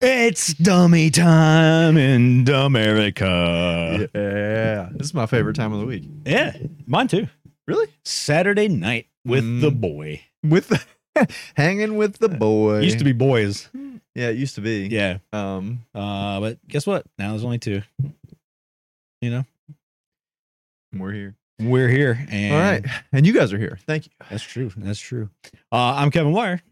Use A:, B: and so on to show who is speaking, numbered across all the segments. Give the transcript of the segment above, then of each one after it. A: It's dummy time in America.
B: Yeah, this is my favorite time of the week.
A: Yeah. mine too.
B: Really?
A: Saturday night with
B: Mm.
A: the boy.
B: With the, hanging with the boy.
A: Uh, Used to be boys.
B: Yeah, it used to be.
A: Yeah.
B: Um.
A: Uh, but guess what? Now there's only two. You know,
B: We're here.
A: we're here. And
B: All right, and you guys are here. Thank you.
A: That's true. That's true. Uh, I'm Kevin Wire.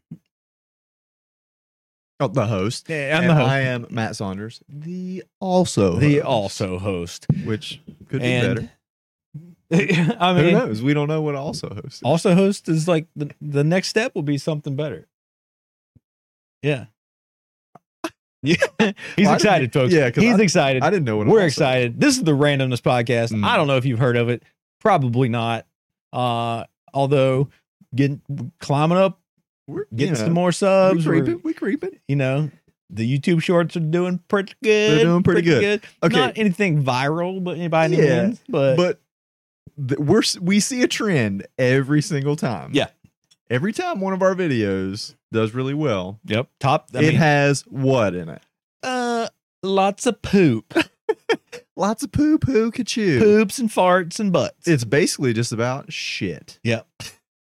B: Oh, the host.
A: Yeah,
B: And I am Matt Saunders, the also
A: The
B: host,
A: also host.
B: which could be
A: and
B: better.
A: I
B: Who
A: mean, Oh,
B: knows? We don't know what also host. Is.
A: also host is like the, the next step will be something better. Yeah. Yeah. He's
B: Well, I
A: excited, folks.
B: yeah, 'cause
A: He's excited.
B: I didn't know what. an
A: We're
B: also-
A: excited. This is the randomness podcast.
B: Mm.
A: I don't know if you've heard of it. Probably not. Uh, although getting climbing up,
B: We're you
A: getting
B: know,
A: some more subs.
B: We
A: we're-
B: creeping. We creeping.
A: you know, the YouTube shorts are doing pretty good.
B: doing pretty
A: good.
B: Okay.
A: Not anything viral, but by any
B: Yeah,
A: means. But,
B: but th- we're s- we see a trend every single time.
A: Yeah.
B: Every time one of our videos does really well,
A: yep, top. I
B: it
A: mean,
B: has what in it?
A: uh, lots of poop,
B: Lots of poo poo kachoo.
A: poops and farts and butts.
B: It's basically just about shit.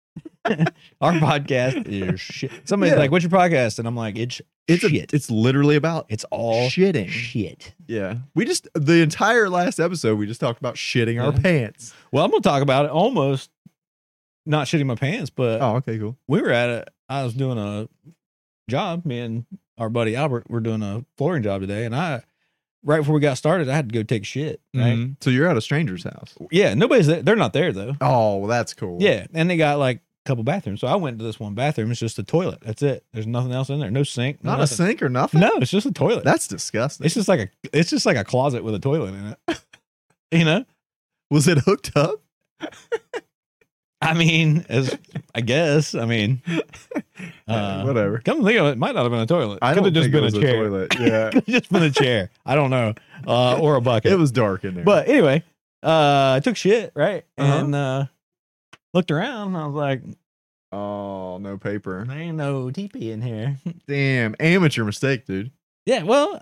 A: Our podcast is shit. Somebody's
B: Yeah.
A: like, "What's your podcast?" And I'm like, "It's
B: It's a-
A: shit.
B: it's literally about
A: it's all
B: shitting.
A: shit."
B: Yeah. We just the entire last episode we just talked about shitting our
A: Yeah.
B: pants.
A: Well, I'm gonna talk about it almost not shitting my pants, but
B: Oh, okay, cool.
A: we were at a I was doing a job, me and our buddy Albert were doing a flooring job today, and I right before we got started, I had to go take a shit. Right?
B: Mhm. So you're at a stranger's house.
A: Yeah, nobody's there. They're not there though.
B: Oh, well, that's cool.
A: Yeah. And they got like a couple bathrooms. So I went to this one bathroom. It's just a toilet. That's it. There's nothing else in there. No sink. No
B: Not a
A: nothing.
B: sink or nothing.
A: No, it's just a toilet.
B: That's disgusting.
A: it's just like a it's just like a closet with a toilet in it. you know?
B: Was it hooked up?
A: I mean, as I guess. I mean
B: Yeah,
A: uh,
B: whatever.
A: come to think of it, it might not have been a toilet.
B: I
A: Could
B: don't
A: have just
B: think it
A: been a
B: was
A: chair.
B: toilet. Yeah.
A: Could have just been a chair. I don't know. Uh, or a bucket.
B: It was dark in there.
A: but anyway, uh, I took shit, right?
B: Uh-huh.
A: And uh, looked around and I was like,
B: oh, no paper.
A: there ain't no teepee in here.
B: Damn, amateur mistake, dude.
A: yeah, well,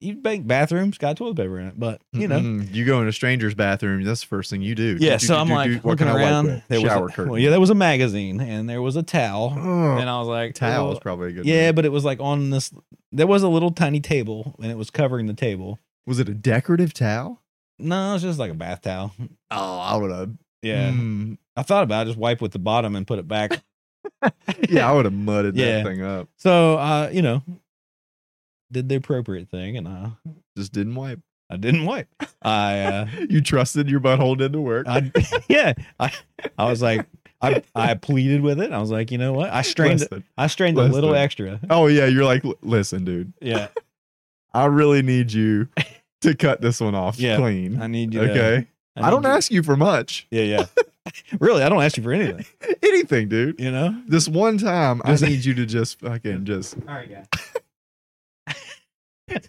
A: you bank bathrooms got toilet paper in it, but you know.
B: Mm-mm. Mm-hmm. you go in a stranger's bathroom. That's the first thing you do.
A: Yeah,
B: Do,
A: so
B: do,
A: I'm
B: do,
A: like
B: do. What
A: looking
B: can I wipe
A: around.
B: with?
A: there was
B: Shower
A: a,
B: curtain.
A: Well, yeah, there was a magazine and there was a towel,
B: Ugh,
A: and I was like,
B: towel
A: well,
B: is probably a good.
A: Yeah,
B: one.
A: but it was like on this. There was a little tiny table, and it was covering the table.
B: was it a decorative towel?
A: No, it's just like a bath towel.
B: Oh, I would have.
A: Yeah,
B: Mm. Hmm.
A: I thought about it, just wipe with the bottom and put it back.
B: yeah, I would have mudded
A: Yeah.
B: that thing up.
A: So, uh, you know, did the appropriate thing, and I
B: Just didn't wipe.
A: I didn't wipe. I uh,
B: You trusted your butthole did the work.
A: I yeah. I I was like I I pleaded with it. I was like, you know what? I strained
B: Listen.
A: I strained a
B: less
A: little
B: than-
A: extra.
B: Oh yeah, you're like, "L- listen, dude.
A: Yeah,
B: I really need you to cut this one off
A: Yeah,
B: clean.
A: I need you. to-
B: okay. I,
A: need
B: don't
A: you-
B: ask you for much.
A: Yeah, yeah. really, I don't ask you for anything.
B: Anything, dude.
A: You know.
B: This one time, I
A: Just-
B: need you to just fucking just
A: All right, guys.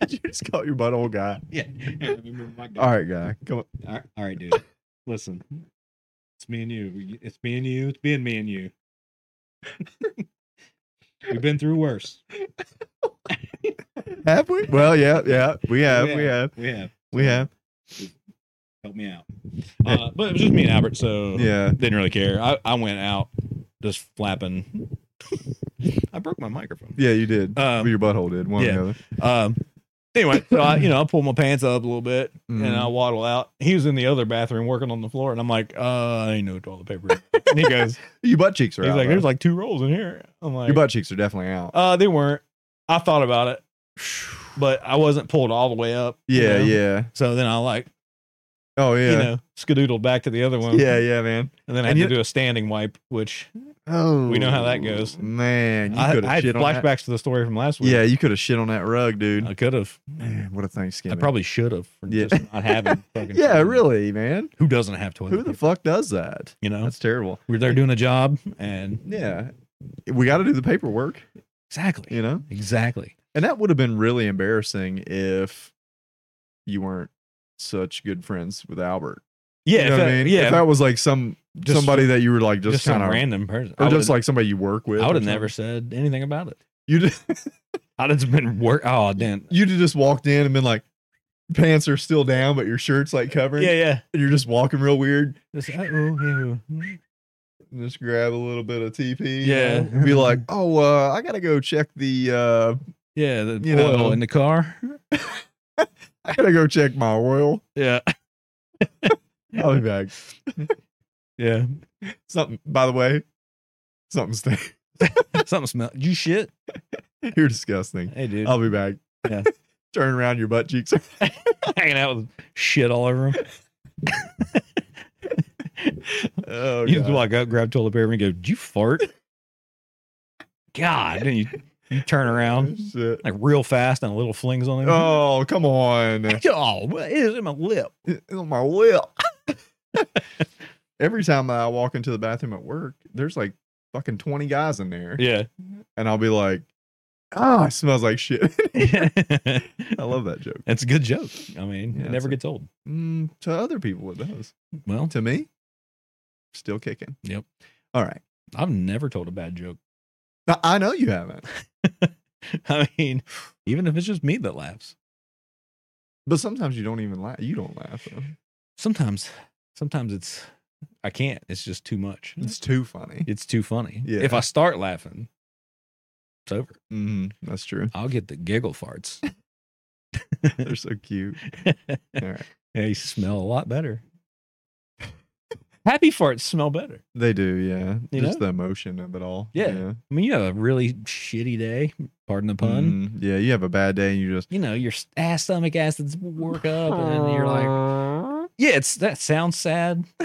B: you just call your butthole guy.
A: Yeah.
B: All right, guy. Come on.
A: All right, all right, dude. Listen, it's me and you. We- It's me and you. It's been me and you. We've been through worse.
B: Have we? Well, yeah, yeah. We have. We have.
A: We have.
B: We have.
A: Help me out. Uh, but it was just me and Albert, so
B: Yeah.
A: didn't really care. I, I went out just flapping. I broke my microphone.
B: Yeah, you did.
A: Um,
B: your butthole did. One or
A: yeah.
B: the other.
A: Um. Anyway, so I, you know, I pull my pants up a little bit and
B: Mhm.
A: I waddle out. He was in the other bathroom working on the floor, and I'm like, uh, I ain't no toilet paper. And he goes,
B: Your butt cheeks are
A: he's
B: out.
A: like,
B: though.
A: there's like two rolls in here. I'm like,
B: your butt cheeks are definitely out.
A: uh, they weren't. I thought about it, but I wasn't pulled all the way up. you
B: yeah,
A: know?
B: yeah.
A: So then I like,
B: Oh yeah.
A: you know, skedoodled back to the other one.
B: yeah, yeah, man.
A: And then I had
B: And you-
A: to do a standing wipe, which
B: Oh,
A: know how that goes.
B: man. You
A: I,
B: could
A: I
B: have
A: had
B: shit on that.
A: flashbacks to the story from last week.
B: Yeah, you could have shit on that rug, dude.
A: I could have.
B: Man, what
A: I
B: a Thanksgiving.
A: probably should have for
B: Yeah.
A: just not having. Fucking
B: yeah,
A: toilet.
B: really, man.
A: Who doesn't have toilet?
B: Who the
A: paper,
B: fuck does that?
A: you know,
B: That's terrible.
A: we're there doing a job, and
B: Yeah, we got to do the paperwork,
A: exactly,
B: you know.
A: exactly.
B: And that would have been really embarrassing if you weren't such good friends with Albert.
A: Yeah,
B: you know
A: if
B: what
A: that-
B: I mean?
A: yeah.
B: if that was like some
A: Just-
B: somebody that you were like
A: just
B: just,
A: some
B: kind of
A: random person.
B: or
A: I would've-
B: just like somebody you work with.
A: I would
B: or
A: have never
B: something.
A: said anything about it.
B: You just,
A: I just been work. Oh, damn.
B: You'd have just walked in and been like, pants are still down, but your shirt's like covered.
A: Yeah, yeah.
B: And you're just walking real weird.
A: Just, uh, ooh, yeah, ooh.
B: And just grab a little bit of TP. you
A: Yeah.
B: know, and be like, oh, uh, I gotta go check the. uh
A: yeah, the
B: You
A: oil
B: know.
A: in the car.
B: I gotta go check my oil.
A: Yeah,
B: I'll be back.
A: yeah.
B: Something. By the way, something stinks.
A: Something smell. You shit.
B: You're disgusting.
A: Hey, dude.
B: I'll be back.
A: Yeah.
B: Turn around, your butt cheeks. are-
A: hanging out with shit all over him.
B: oh,
A: you just
B: God.
A: walk up, grab toilet paper, and go, "Did you fart?" God, then you you turn around
B: Shit.
A: like real fast and little flings on him.
B: Oh, come on.
A: oh what is in my lip?
B: It- it's on my lip. Every time I walk into the bathroom at work, there's like fucking 20 guys in there.
A: Yeah,
B: And I'll be like, ah, it smells like shit. I
A: it's
B: love that joke.
A: a good joke. I mean,
B: Yeah,
A: it
B: it's
A: never
B: a-
A: gets old.
B: Mm, to other people, it does.
A: Well,
B: To me, still kicking.
A: Yep.
B: All right.
A: I've never told a bad joke.
B: Now, I know you haven't,
A: I mean, even if it's just me that laughs.
B: but sometimes you don't even laugh. You don't laugh. Though.
A: Sometimes, sometimes it's I can't. It's just too much.
B: It's too funny.
A: It's too funny.
B: Mm. Yeah.
A: If I start laughing, it's over.
B: Mm, that's true.
A: I'll get the giggle farts.
B: They're so cute. All right.
A: They smell a lot better. Happy farts smell better.
B: They do, yeah.
A: You
B: Just
A: know?
B: the emotion of it all.
A: Yeah. I mean, you have a really shitty day, pardon the pun.
B: Mm, yeah, you have a bad day and you just
A: You know, your s- ass stomach acids work up, and you're like, yeah, it's that sounds sad.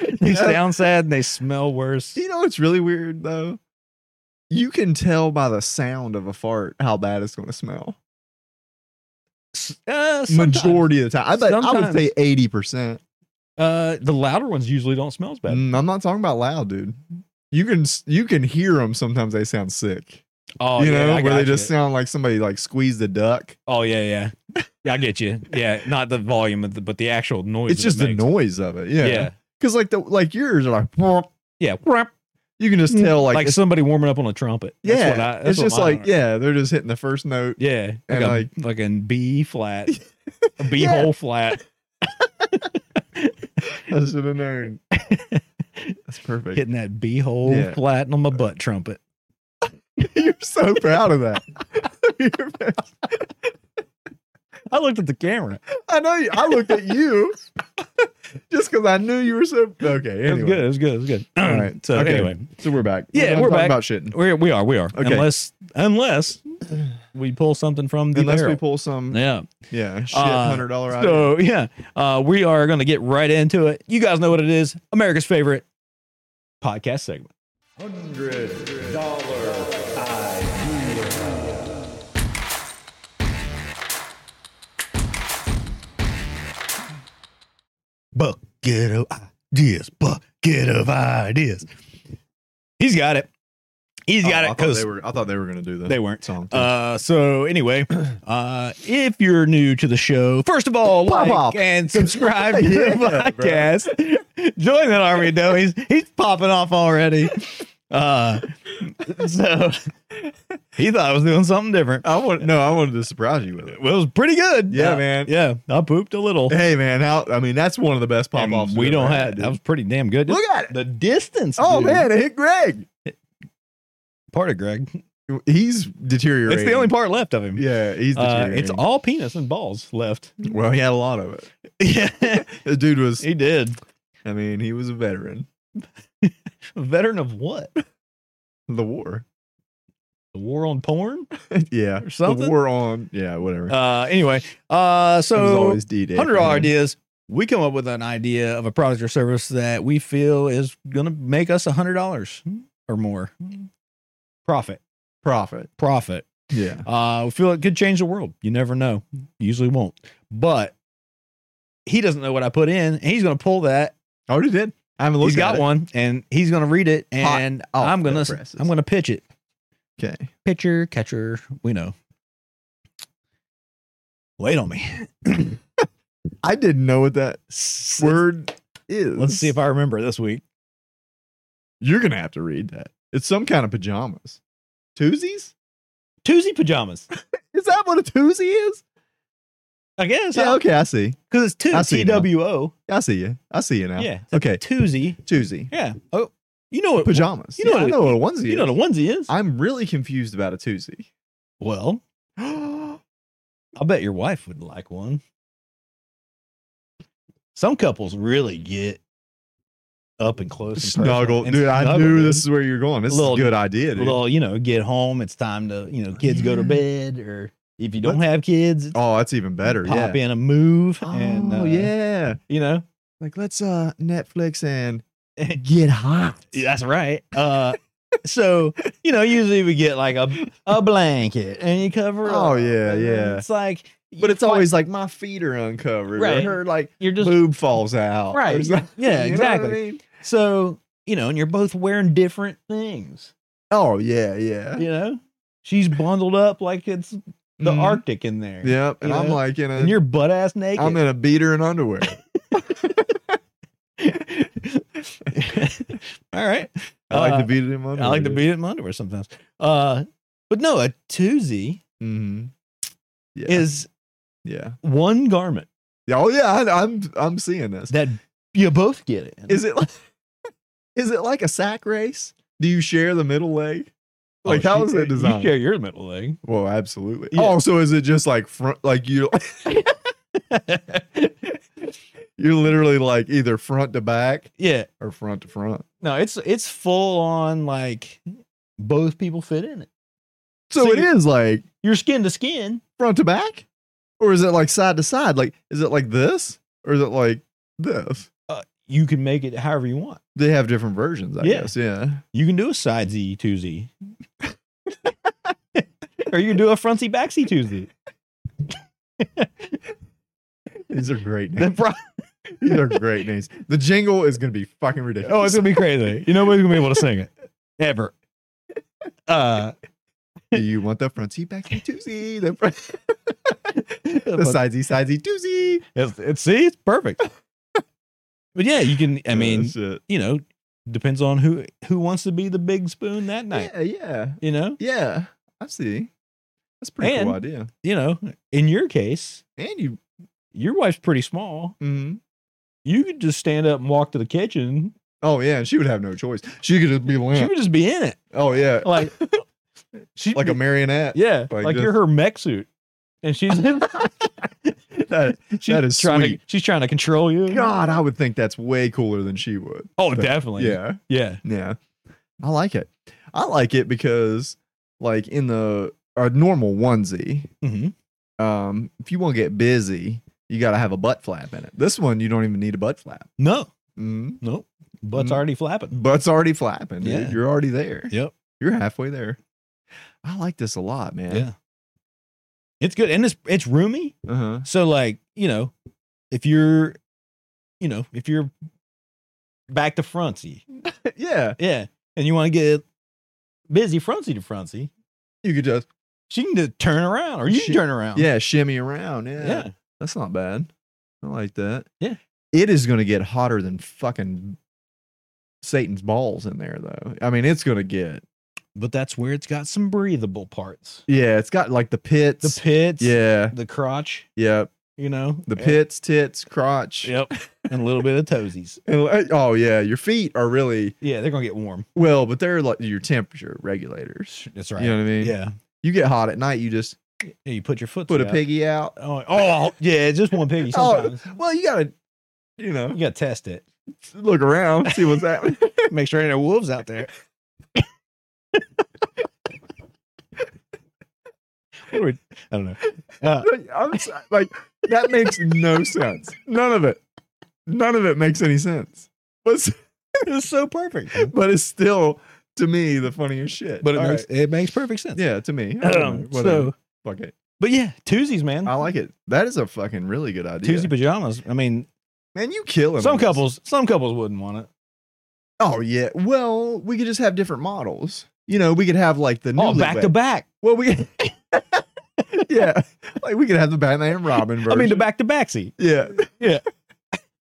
A: they
B: Yeah.
A: sound sad and they smell worse.
B: You know it's really weird though? You can tell by the sound of a fart how bad it's gonna smell.
A: S- Uh, sometimes.
B: Majority of the time. I bet I would
A: Sometimes.
B: say eighty percent. Mm,
A: Uh, the louder ones usually don't smell as bad.
B: I'm not talking about loud, dude. You can s- you can hear them sometimes they sound sick.
A: Oh,
B: you
A: yeah,
B: know,
A: I
B: where they
A: gotcha.
B: just sound like somebody like squeezed a duck.
A: Oh yeah, yeah, yeah. I get you. Yeah, not the volume of the, but the actual noise.
B: It's
A: that it
B: just the
A: makes.
B: noise of it. Yeah.
A: Yeah,
B: Cause like the like yours are like
A: yeah. Like,
B: you can
A: Mm,
B: just tell like, it's-
A: somebody warming up on a trumpet. That's
B: yeah,
A: what I, that's
B: it's
A: what
B: just
A: mine
B: like
A: are.
B: yeah, they're just hitting the first note
A: yeah, like
B: and
A: a
B: like-
A: fucking B flat, a B
B: Yeah.
A: hole flat.
B: I should have known. That's perfect.
A: Hitting that B hole
B: Yeah.
A: flat on my butt trumpet.
B: You're so proud of that. You're proud-
A: I looked at the camera.
B: I know. You, I looked at you just because I knew you were so okay.
A: It was
B: Anyway,
A: good. It was good. It was good.
B: All right.
A: So
B: Okay.
A: anyway,
B: so we're back.
A: Yeah,
B: done
A: we're
B: talking
A: back.
B: about shitting.
A: we're, we are. We are.
B: Okay.
A: Unless unless we pull something from the
B: Unless we
A: barrel.
B: pull some,
A: yeah.
B: yeah, shit,
A: Uh,
B: hundred dollar item.
A: So yeah, uh, we are going to get right into it. You guys know what it is. America's favorite podcast segment.
B: Hundred.
A: Bucket of ideas. Bucket of ideas. He's got it. He's got
B: Oh, I
A: it
B: thought
A: because
B: they were. I thought they were gonna do that.
A: they weren't.
B: song.
A: Uh, so anyway, uh, if you're new to the show, first of all,
B: Pop
A: like
B: up.
A: and subscribe to
B: Yeah,
A: the
B: bro.
A: podcast. Join that army, though. He's he's popping off already. Uh, so he thought I was doing something different.
B: I want no. I wanted to surprise you with it.
A: Well, it was pretty good.
B: Yeah,
A: Uh,
B: man.
A: Yeah, I pooped a little.
B: Hey, man. How? I mean, that's one of the best pop
A: And
B: offs
A: we don't have. That was pretty damn good.
B: Look at it.
A: the distance.
B: Oh
A: dude.
B: man, it hit Greg.
A: part of Greg.
B: He's deteriorating.
A: It's the only part left of him.
B: Yeah, he's
A: Uh,
B: deteriorating.
A: it's all penis and balls left.
B: Well, he had a lot of it.
A: yeah,
B: The dude was.
A: he did.
B: I mean, he was a veteran.
A: A veteran of what?
B: of The war.
A: The war on porn?
B: yeah.
A: Or something?
B: The war on. Yeah. Whatever.
A: Uh anyway, uh
B: it was
A: so
B: always D Day.
A: hundred dollar ideas. We come up with an idea of a product or service that we feel is gonna make us a hundred dollars or more. Profit.
B: profit.
A: Profit.
B: Yeah.
A: Uh we feel it could change the world. You never know. Usually won't. But he doesn't know what I put in, and he's gonna pull that.
B: I already did. I haven't looked
A: he's got
B: at
A: one, and he's gonna read it,
B: Hot
A: and
B: off
A: I'm
B: the
A: gonna
B: presses.
A: I'm gonna pitch it.
B: it. Okay.
A: pitcher, catcher, we know. Wait on me.
B: I didn't know what that
A: S-
B: word is.
A: Let's see if I remember this week.
B: You're gonna have to read that. It's some kind of pajamas. Twosies?
A: Toozy pajamas.
B: Is that what a toozy is?
A: I guess.
B: Yeah,
A: Yeah,
B: okay, I see.
A: Because it's two
B: I see
A: T
B: now.
A: W O.
B: I see you. I see you now.
A: Yeah.
B: Okay,
A: Toozy.
B: toozy.
A: Yeah. Oh, you know what?
B: Pajamas.
A: you know
B: Yeah, I
A: what a-
B: know what a onesie
A: You know
B: is.
A: what a onesie is?
B: I'm really confused about a toozy.
A: well, I bet your wife would like one. Some couples really get up and close. and personal
B: snuggle.
A: and
B: Dude, I
A: snuggle,
B: knew
A: dude.
B: this is where you're going. This
A: Little-
B: is a good idea, dude.
A: Well, you know, get home. It's time to, you know, kids go to
B: Yeah.
A: bed, or if you don't have kids, it's
B: Mm-hmm. oh, that's even better.
A: pop
B: yeah.
A: in a move, and
B: oh,
A: uh,
B: yeah.
A: you know,
B: Like let's uh Netflix and get hot.
A: Yeah, that's right. Uh, so you know, usually we get like a a blanket and you cover.
B: Oh,
A: up,
B: yeah,
A: and
B: yeah.
A: It's like,
B: But it's
A: like-
B: always like my feet are uncovered.
A: Right.
B: Or her like
A: you're just
B: boob falls out. or
A: Right.
B: something.
A: Yeah,
B: You know what I
A: exactly.
B: mean?
A: so you know, and you're both wearing different things.
B: Oh yeah, yeah.
A: You know, she's bundled up like it's the
B: Mhm.
A: Arctic in there.
B: Yep. And
A: you
B: I'm
A: know?
B: like in a
A: and you're butt ass naked.
B: I'm in a beater and underwear.
A: All right,
B: I like
A: Uh,
B: to beat it in my underwear.
A: I like to beat it in my underwear sometimes. Uh, but no, a toozy
B: hmm Yeah.
A: is
B: yeah.
A: one garment
B: Yeah, Oh yeah, I, I'm I'm seeing this.
A: that you both get in.
B: Is it like is it like a sack race? Do you share the middle leg? Like
A: Oh,
B: how
A: you-
B: is it designed?
A: You share your middle leg.
B: Well, absolutely.
A: Yeah.
B: Oh, so is it just like front? Like you, you're literally like either front to back
A: yeah.
B: or front to front.
A: No, it's it's full on like both people fit in it.
B: So,
A: So
B: it
A: you're-
B: is like
A: You're skin to skin.
B: front to back, or is it like side to side? Like is it like this, or is it like this?
A: You can make it however you want.
B: They have different versions, I
A: Yeah.
B: guess. Yeah.
A: You can do a side Z two Z. or you can do a front Z back Z two Z.
B: These are great
A: The
B: names.
A: pro-
B: These are great names. The jingle is going to be fucking ridiculous.
A: oh, it's gonna be crazy. You nobody's gonna be able to sing it. Ever. Uh
B: Do you want the front seat, back seat, toozy? The, front, the
A: it's,
B: sidesy, sidesy, toozy.
A: it's see, it's perfect. But yeah, you can I mean,
B: Oh, shit.
A: you know, depends on who who wants to be the big spoon that night.
B: yeah, yeah.
A: You know,
B: Yeah, I see. That's a pretty cool
A: And-
B: idea.
A: you know. In your case,
B: And you,
A: your wife's pretty small.
B: mhm.
A: You could just stand up and walk to the kitchen.
B: oh yeah, and she would have no choice. She could just be
A: She
B: limp.
A: would just be in it,
B: Oh yeah,
A: like she
B: like a marionette.
A: yeah, like,
B: like
A: you're her mech suit, and she's
B: That-
A: she's
B: that is
A: trying
B: sweet.
A: to she's trying to control you.
B: God, I would think that's way cooler than she would.
A: Oh,
B: But-
A: definitely.
B: Yeah,
A: yeah.
B: yeah. I like it. I like it because, like in the a normal onesie,
A: Mhm.
B: um, if you want to get busy, you got to have a butt flap in it. This one, you don't even need a butt flap.
A: No,
B: Mm.
A: no, butt's
B: Mm.
A: already flapping.
B: Butt's already flapping, dude.
A: Yeah.
B: You're already there.
A: Yep.
B: You're halfway there. I like this a lot, man.
A: Yeah, it's good, and it's it's roomy.
B: Uh-huh.
A: So like, you know, if you're you know, if you're back to Frontsy,
B: yeah.
A: yeah, and you want to get busy Frontsy to Frontsy,
B: You could just
A: she can just turn around or you
B: She-
A: can turn around.
B: yeah, shimmy around. Yeah.
A: Yeah.
B: That's not bad. I like that.
A: Yeah.
B: It is gonna get hotter than fucking Satan's balls in there though. I mean, it's gonna get
A: But that's where it's got some breathable parts.
B: yeah, it's got like the pits.
A: The pits,
B: Yeah.
A: the crotch,
B: Yeah.
A: you know.
B: The pits, tits, crotch.
A: Yep. and a little bit of toesies.
B: And, like, oh yeah. Your feet are really
A: Yeah, they're gonna get warm.
B: well, but they're like your temperature regulators.
A: That's right.
B: You know what I mean?
A: Yeah.
B: You get hot at night, you just
A: Yeah, You put your foot
B: put a Oh.
A: out.
B: piggy out.
A: Oh, oh, yeah, just one piggy sometimes.
B: Well, you gotta, you know,
A: You gotta test it.
B: look around, see what's happening.
A: Make sure ain't no wolves out there. What are we- I don't know.
B: I'm so- like, that makes no sense. None of it. None of it makes any sense. But, s-
A: It's so perfect.
B: but it's still to me the funniest shit.
A: But it
B: All
A: makes it makes perfect sense.
B: right. yeah, to me. I don't know,
A: Um,
B: whatever.
A: so,
B: fuck it.
A: but yeah, Tuesdays, man.
B: I like it. That is a fucking really good idea.
A: Tuesday pajamas. I mean,
B: man, you killing
A: some
B: us.
A: couples, some couples wouldn't want it.
B: Oh yeah. Well, we could just have different models. You know, we could have like the
A: Oh, back to
B: newlywed-
A: back.
B: Well, we. yeah, like we could have the Batman and Robin version.
A: I mean, the back to back seat,
B: Yeah.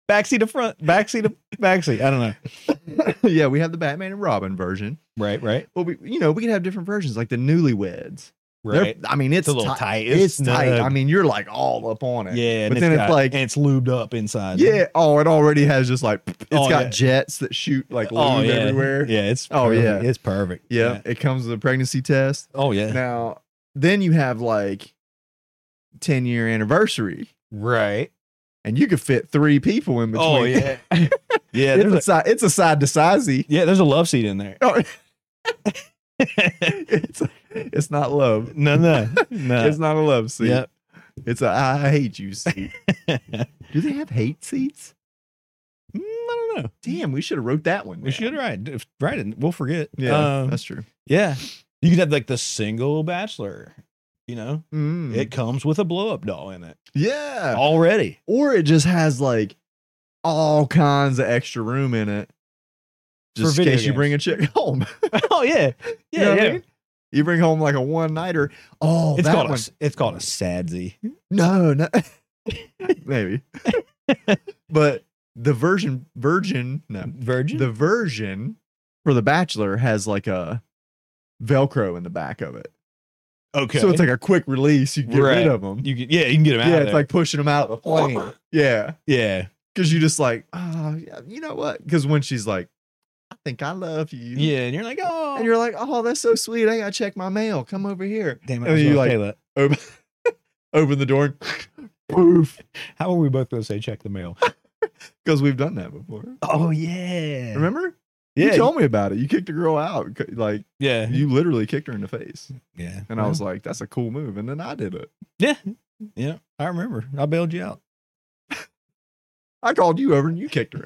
A: back seat to front, back seat to back seat. I don't know.
B: yeah, we have the Batman and Robin version.
A: Right, right.
B: Well, we you know, we could have different versions like the newlyweds. They're-
A: right?
B: I mean, it's,
A: It's a little tight. It's
B: It's, tight. I
A: snug.
B: mean, you're like all up on it.
A: Yeah,
B: But then it's
A: got-
B: like-
A: and it's lubed up inside.
B: Yeah. Oh, it already has just like it's
A: Oh,
B: got
A: yeah.
B: jets that shoot like lube
A: oh yeah,
B: everywhere. Yeah.
A: Yeah, it's
B: Oh,
A: perfect.
B: yeah.
A: it's perfect.
B: It comes with a pregnancy test.
A: Oh yeah.
B: Now, then you have like 10 year anniversary
A: right.
B: and you could fit three people in between.
A: Oh yeah. yeah.
B: it's,
A: There's
B: a,
A: a,
B: si- it's a side to sizey.
A: yeah. There's a love seat in there.
B: Oh. it's, it's not love.
A: no, no, no.
B: It's not a love seat.
A: Yep.
B: It's a I hate you seat.
A: Mm,
B: Do they have hate seats?
A: I don't know.
B: Damn, we should have wrote that one.
A: We should
B: have.
A: write if- write it. We'll forget.
B: Yeah,
A: Um,
B: that's true.
A: yeah. You could have like the single bachelor. You know,
B: Mm.
A: it comes with a blow up doll in it
B: yeah.
A: Oh. already.
B: or it just has like all kinds of extra room in it.
A: For
B: Just in
A: video
B: case you
A: games.
B: bring a chick home.
A: oh yeah,
B: You know what I mean? You bring home like a one nighter. Oh,
A: It's
B: that
A: called a,
B: one.
A: s- it's called a sadsy.
B: No, no. Maybe. but the version virgin, no.
A: Virgin.
B: The version for The Bachelor has like a Velcro in the back of it.
A: okay.
B: So it's like a quick release. You can get
A: Right.
B: rid of them.
A: you can, yeah, you can get them out.
B: yeah,
A: of
B: it's
A: there.
B: like pushing them out of the plane. yeah.
A: yeah,
B: Cause you just like, oh, yeah, you know what? Cause when she's like, I think I love you.
A: yeah, and you're like, oh,
B: And you're like, oh, that's so sweet. I gotta check my mail. Come over here.
A: damn
B: and
A: I was
B: you
A: gonna
B: like-
A: say that.
B: Open, open the door. and Poof.
A: How are we both going to say check the mail?
B: Because we've done that before.
A: oh yeah,
B: Remember?
A: Yeah,
B: You told me about it. You kicked a girl out. c- Like
A: yeah,
B: you literally kicked her in the face.
A: yeah.
B: And I was like, that's a cool move. And then I did it.
A: yeah, yeah. I remember. I bailed you out.
B: I called you over and you kicked her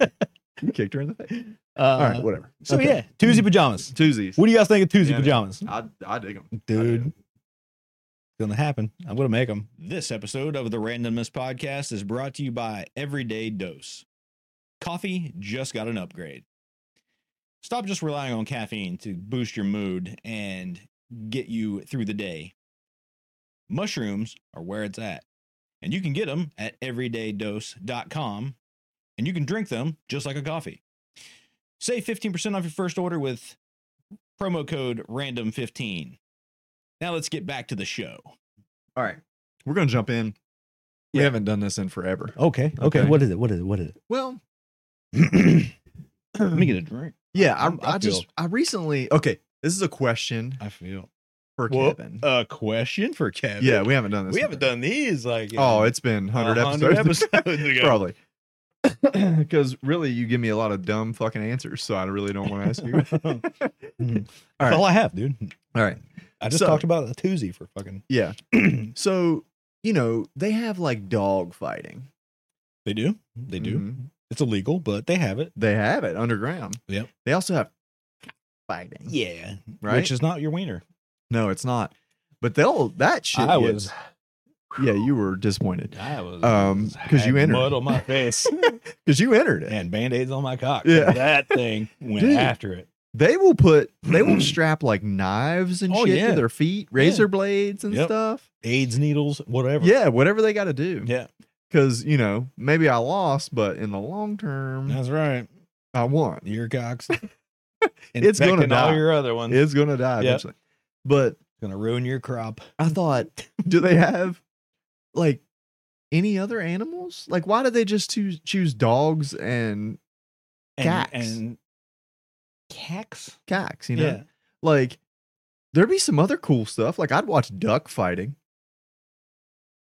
B: out. you kicked her in the face.
A: Uh,
B: All right, whatever.
A: So
B: Okay.
A: yeah, Tuesday pajamas.
B: Twosies.
A: What do you guys think of Tuesday
B: Yeah.
A: pajamas,
B: I, I dig them.
A: dude? Gonna happen. I'm gonna make them. This episode of the Randomness Podcast is brought to you by Everyday Dose. Coffee just got an upgrade. Stop just relying on caffeine to boost your mood and get you through the day. Mushrooms are where it's at. And you can get them at everydaydose.com and you can drink them just like a coffee. Save 15% off your first order with promo code random15. Now let's get back to the show.
B: All right. We're going to jump in. We
A: Yeah.
B: haven't done this in forever.
A: Okay.
B: okay, what
A: is it? What is it? What is
B: Well,
A: it? Let me get a drink.
B: yeah,
A: I'm-
B: I, I,
A: I
B: just,
A: feel-
B: I recently, okay, this is a question
A: I feel.
B: for
A: Well,
B: Kevin.
A: A question for Kevin.
B: uh, yeah, we haven't done this.
A: we
B: in
A: haven't
B: forever.
A: done these like in
B: Oh, it's been 100
A: 100
B: episodes.
A: episodes ago.
B: Probably. Because really, you give me a lot of dumb fucking answers. So I really don't want to ask you.
A: That's
B: right.
A: Mm-hmm. all I have, dude.
B: All right.
A: I just
B: So-
A: talked about a toozy for fucking.
B: Yeah. so, you know, they have like dog fighting.
A: They do. They do.
B: Mhm.
A: Mm-hmm. It's illegal, but they have it.
B: They have it underground.
A: Yep.
B: They also have fighting.
A: Yeah.
B: Right.
A: Which is not your wiener. No,
B: it's not. But they'll, that shit.
A: I
B: gets-
A: was.
B: Yeah, you were disappointed
A: I was.
B: Um, 'cause you
A: had
B: entered.
A: Mud on my face
B: because you entered it.
A: and band aids on my cock.
B: Yeah.
A: That thing went
B: Dude.
A: after it.
B: They will put, they will strap like knives and
A: Oh,
B: shit
A: yeah.
B: to their feet, razor blades and
A: Yep.
B: stuff.
A: AIDS needles, whatever.
B: Yeah, whatever they got to do.
A: Yeah.
B: Because, you know, maybe I lost, but in the long term,
A: That's right.
B: I won.
A: Your cock's
B: It's gonna
A: infecting all
B: die.
A: your other ones. It's
B: It's going to die
A: Yep.
B: eventually. But
A: gonna ruin your crop.
B: I thought, do they have like any other animals? Like, why do they just choose, choose dogs and
A: And,
B: Cacks.
A: And cacks?
B: cacks? You know, like there'd be some other cool stuff. Like, I'd watch duck fighting.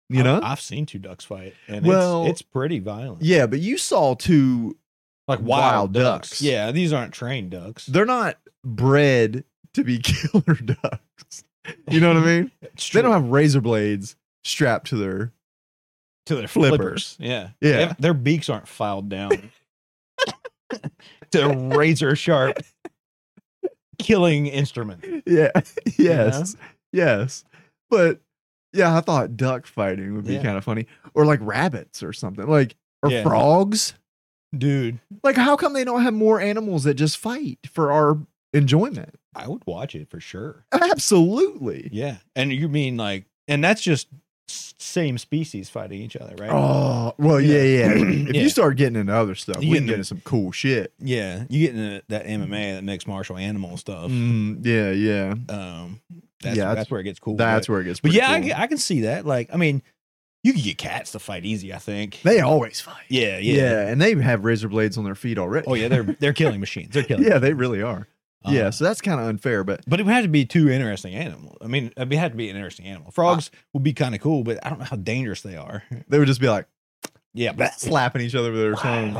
B: You
A: I've-
B: know?
A: I've seen two ducks fight, and
B: Well-
A: it's, it's pretty violent.
B: yeah, but you saw two
A: like wild,
B: wild
A: ducks.
B: ducks.
A: Yeah, these aren't trained ducks.
B: they're not bred to be killer ducks. You know what I mean?
A: It's
B: they don't
A: true.
B: have razor blades strapped to their.
A: to their
B: flippers.
A: flippers. Yeah,
B: Yeah.
A: They have- their beaks aren't filed down to razor sharp killing instrument.
B: Yeah. Yes. Yes. But yeah, I thought duck fighting would be
A: Yeah.
B: kind of funny, or like rabbits or something, like or
A: Yeah.
B: frogs.
A: Dude,
B: Like, how come they don't have more animals that just fight for our enjoyment?
A: I would watch it for sure.
B: Absolutely.
A: Yeah, and you mean like, and that's just s- same species fighting each other, right?
B: Oh well, yeah, yeah.
A: Yeah.
B: if
A: Yeah.
B: you start getting into other stuff,
A: You
B: we
A: get
B: can get
A: into-
B: into some cool shit.
A: Mm. Yeah, you get into that MMA, that mixed martial animal stuff.
B: Mm, yeah, yeah.
A: Um, That's,
B: Yeah,
A: that's,
B: that's-
A: where it gets cool.
B: That's where it gets.
A: but, but
B: pretty
A: yeah, I
B: cool.
A: can- I, can see that. Like, I mean, you can get cats to fight easy. I think.
B: they always fight.
A: yeah, yeah,
B: Yeah. and they have razor blades on their feet already.
A: Oh yeah, they're they're killing machines. They're killing.
B: yeah, they really are.
A: Uh,
B: yeah, so that's kind of unfair, but
A: But it would have to be two interesting animals. I mean, it'd have to be an interesting animal. Frogs would be kind of cool, but I don't know how dangerous they are.
B: they would just be like
A: Yeah, but
B: slapping each other with their tongue.